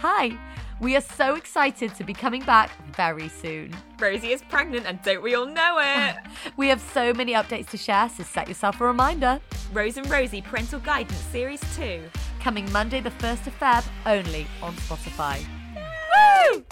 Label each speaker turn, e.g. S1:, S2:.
S1: Hi, we are so excited to be coming back very soon.
S2: Rosie is pregnant, and don't we all know it?
S1: We have so many updates to share, so set yourself a reminder.
S2: Rose and Rosie Parental Guidance Series 2.
S1: Coming Monday, the 1st of Feb, only on Spotify. Woo!